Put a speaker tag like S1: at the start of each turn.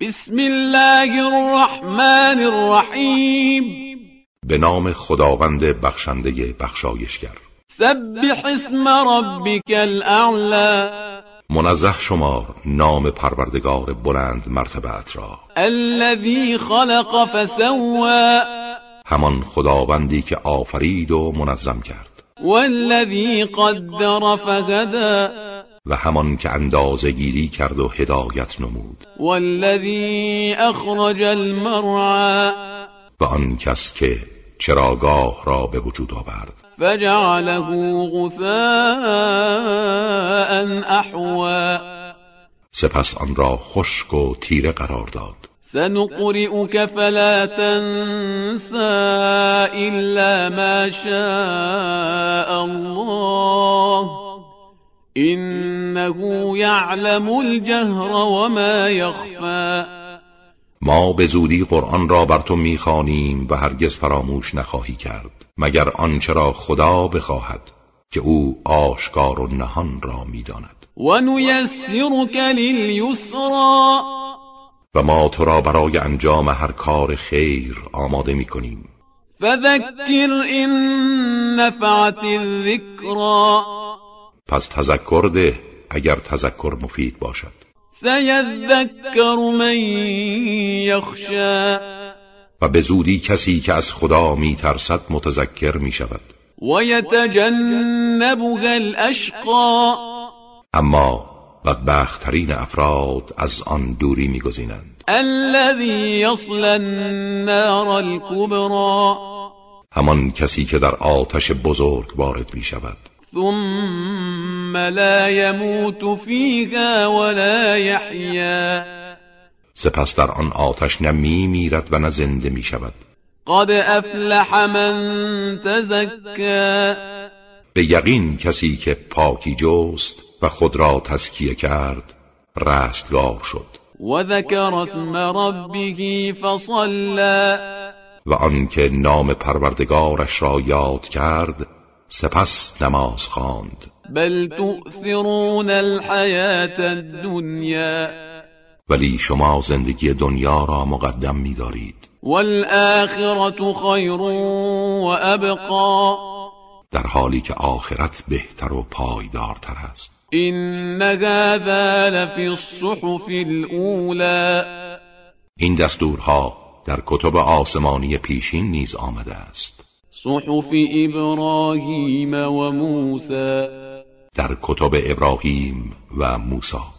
S1: بسم الله الرحمن الرحیم
S2: به نام خداوند بخشنده بخشایشگر
S1: سبح اسم ربك الأعلى
S2: منزه شمار نام پروردگار بلند مرتبت را
S1: الذي خلق فسوى
S2: همان خداوندی که آفرید و منظم کرد
S1: والذي قدر فهدى
S2: و همان که اندازه گیری کرد و هدایت نمود
S1: والذي أخرج المرعى
S2: و آن کس که چراگاه را به وجود آورد
S1: فجعله غثاء أحوى
S2: سپس آن را خشک و تیره قرار داد
S1: سنقرئك فلا تنسى إلا ما شاء الله إنه يعلم الجهر وما يخفى
S2: ما به زودی قرآن را بر تو میخوانیم و هرگز فراموش نخواهی کرد مگر آنچه را خدا بخواهد که او آشکار و نهان را میداند
S1: ونيسرك لليسرى
S2: و ما تو را برای انجام هر کار خیر آماده میکنیم
S1: فذكر إن نفعت الذكرى
S2: پس تذکر ده اگر تذکر مفید باشد
S1: سيذكر من يخشى
S2: و به زودی کسی که از خدا میترسد متذکر میشود
S1: ويتجنبها الأشقى
S2: اما بدبختترین افراد از آن دوری میگزینند
S1: الذي يصلى النار الكبرى
S2: همان کسی که در آتش بزرگ وارد می شود
S1: ثم لا يموت فيها ولا يحيا
S2: سپس در آن آتش نه می میرد و نه زنده می شود
S1: قد أفلح من تزكى
S2: به یقین کسی که پاکی جست و خود را تسکیه کرد رستگار شد
S1: وذكر اسم ربه فصلى
S2: و آنکه نام پروردگارش را یاد کرد سپس نماز خواند
S1: بل تؤثرون الحياة الدنيا
S2: ولی شما زندگی دنیا را مقدم می دارید
S1: والآخرة خير وأبقى
S2: در حالی که آخرت بهتر و پایدارتر است
S1: إن هذا لفي الصحف الأولى
S2: این دستورها در کتب آسمانی پیشین نیز آمده است
S1: صحف إبراهيم وموسى
S2: در کتب ابراهیم و موسی